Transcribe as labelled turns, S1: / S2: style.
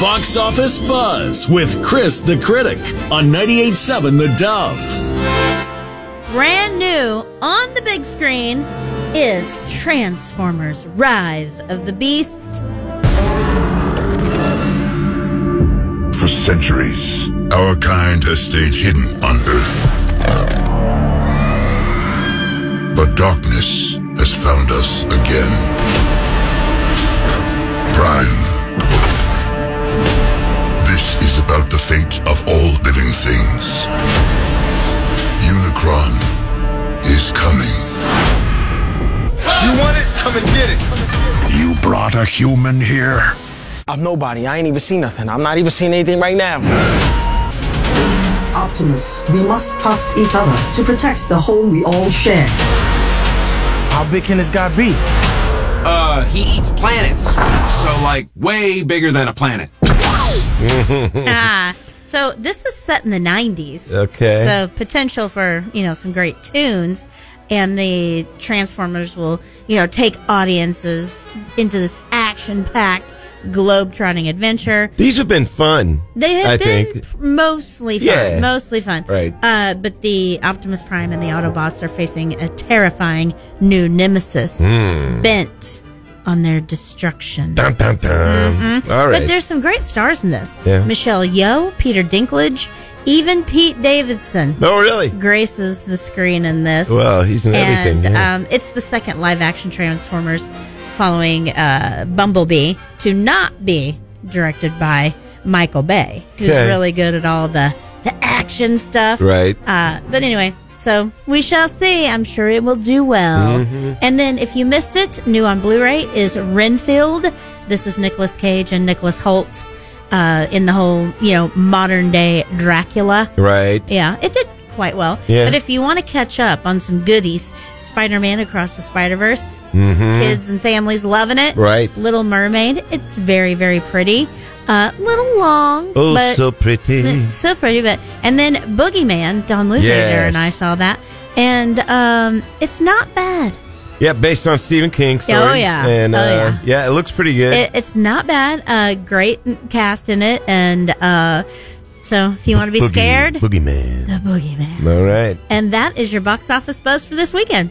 S1: Box Office Buzz with Chris the Critic on 98.7 The Dove.
S2: Brand new on the big screen is Transformers Rise of the Beasts.
S3: For centuries, our kind has stayed hidden on Earth. But darkness has found us again. Prime. This is about the fate of all living things. Unicron is coming.
S4: You want it? Come and get it.
S3: You brought a human here?
S5: I'm nobody. I ain't even seen nothing. I'm not even seeing anything right now.
S6: Optimus, we must trust each other to protect the home we all share.
S5: How big can this guy be?
S7: Uh, he eats planets. So, like, way bigger than a planet.
S2: ah, so this is set in the 90s.
S8: Okay.
S2: So potential for, you know, some great tunes. And the Transformers will, you know, take audiences into this action packed, globe-trotting adventure.
S8: These have been fun.
S2: They have
S8: I
S2: been
S8: think.
S2: mostly fun.
S8: Yeah.
S2: Mostly fun.
S8: Right.
S2: Uh, but the Optimus Prime and the Autobots are facing a terrifying new nemesis
S8: Hmm.
S2: bent on their destruction.
S8: Dun, dun, dun. All right.
S2: Mm-hmm. But there's some great stars in this.
S8: Yeah.
S2: Michelle Yeoh, Peter Dinklage, even Pete Davidson
S8: oh, really?
S2: graces the screen in this.
S8: Well, he's in everything,
S2: and,
S8: yeah.
S2: um, it's the second live action Transformers following uh, Bumblebee to not be directed by Michael Bay, who's
S8: Okay.
S2: really good at all the, the action stuff.
S8: Right.
S2: Uh, but anyway, so we shall see. I'm sure it will do well.
S8: Mm-hmm.
S2: And then if you missed it, new on Blu ray is Renfield. This is Nicolas Cage and Nicholas Holt. Uh, in the whole, you know, modern day Dracula.
S8: Right.
S2: Yeah, it did quite well.
S8: Yeah.
S2: But if you want to catch up on some goodies, Spider Man Across the Spider Verse, kids and families loving it.
S8: Mm-hmm. Right.
S2: Little Mermaid, it's very, very pretty. Uh, little long,
S8: Oh,
S2: but
S8: so pretty.
S2: it's so pretty. But and then Boogeyman, Don Luzader
S8: Yes.
S2: and I saw that, and um, it's not bad.
S8: Yeah, based on Stephen King's
S2: Yeah,
S8: story.
S2: oh, yeah.
S8: And
S2: Oh,
S8: uh,
S2: yeah.
S8: it looks pretty good.
S2: It, it's not bad. Uh, great cast in it, and uh, so if you want to be
S8: Boogie-
S2: scared,
S8: Boogeyman.
S2: the Boogeyman,
S8: All right.
S2: and that is your box office buzz for this weekend.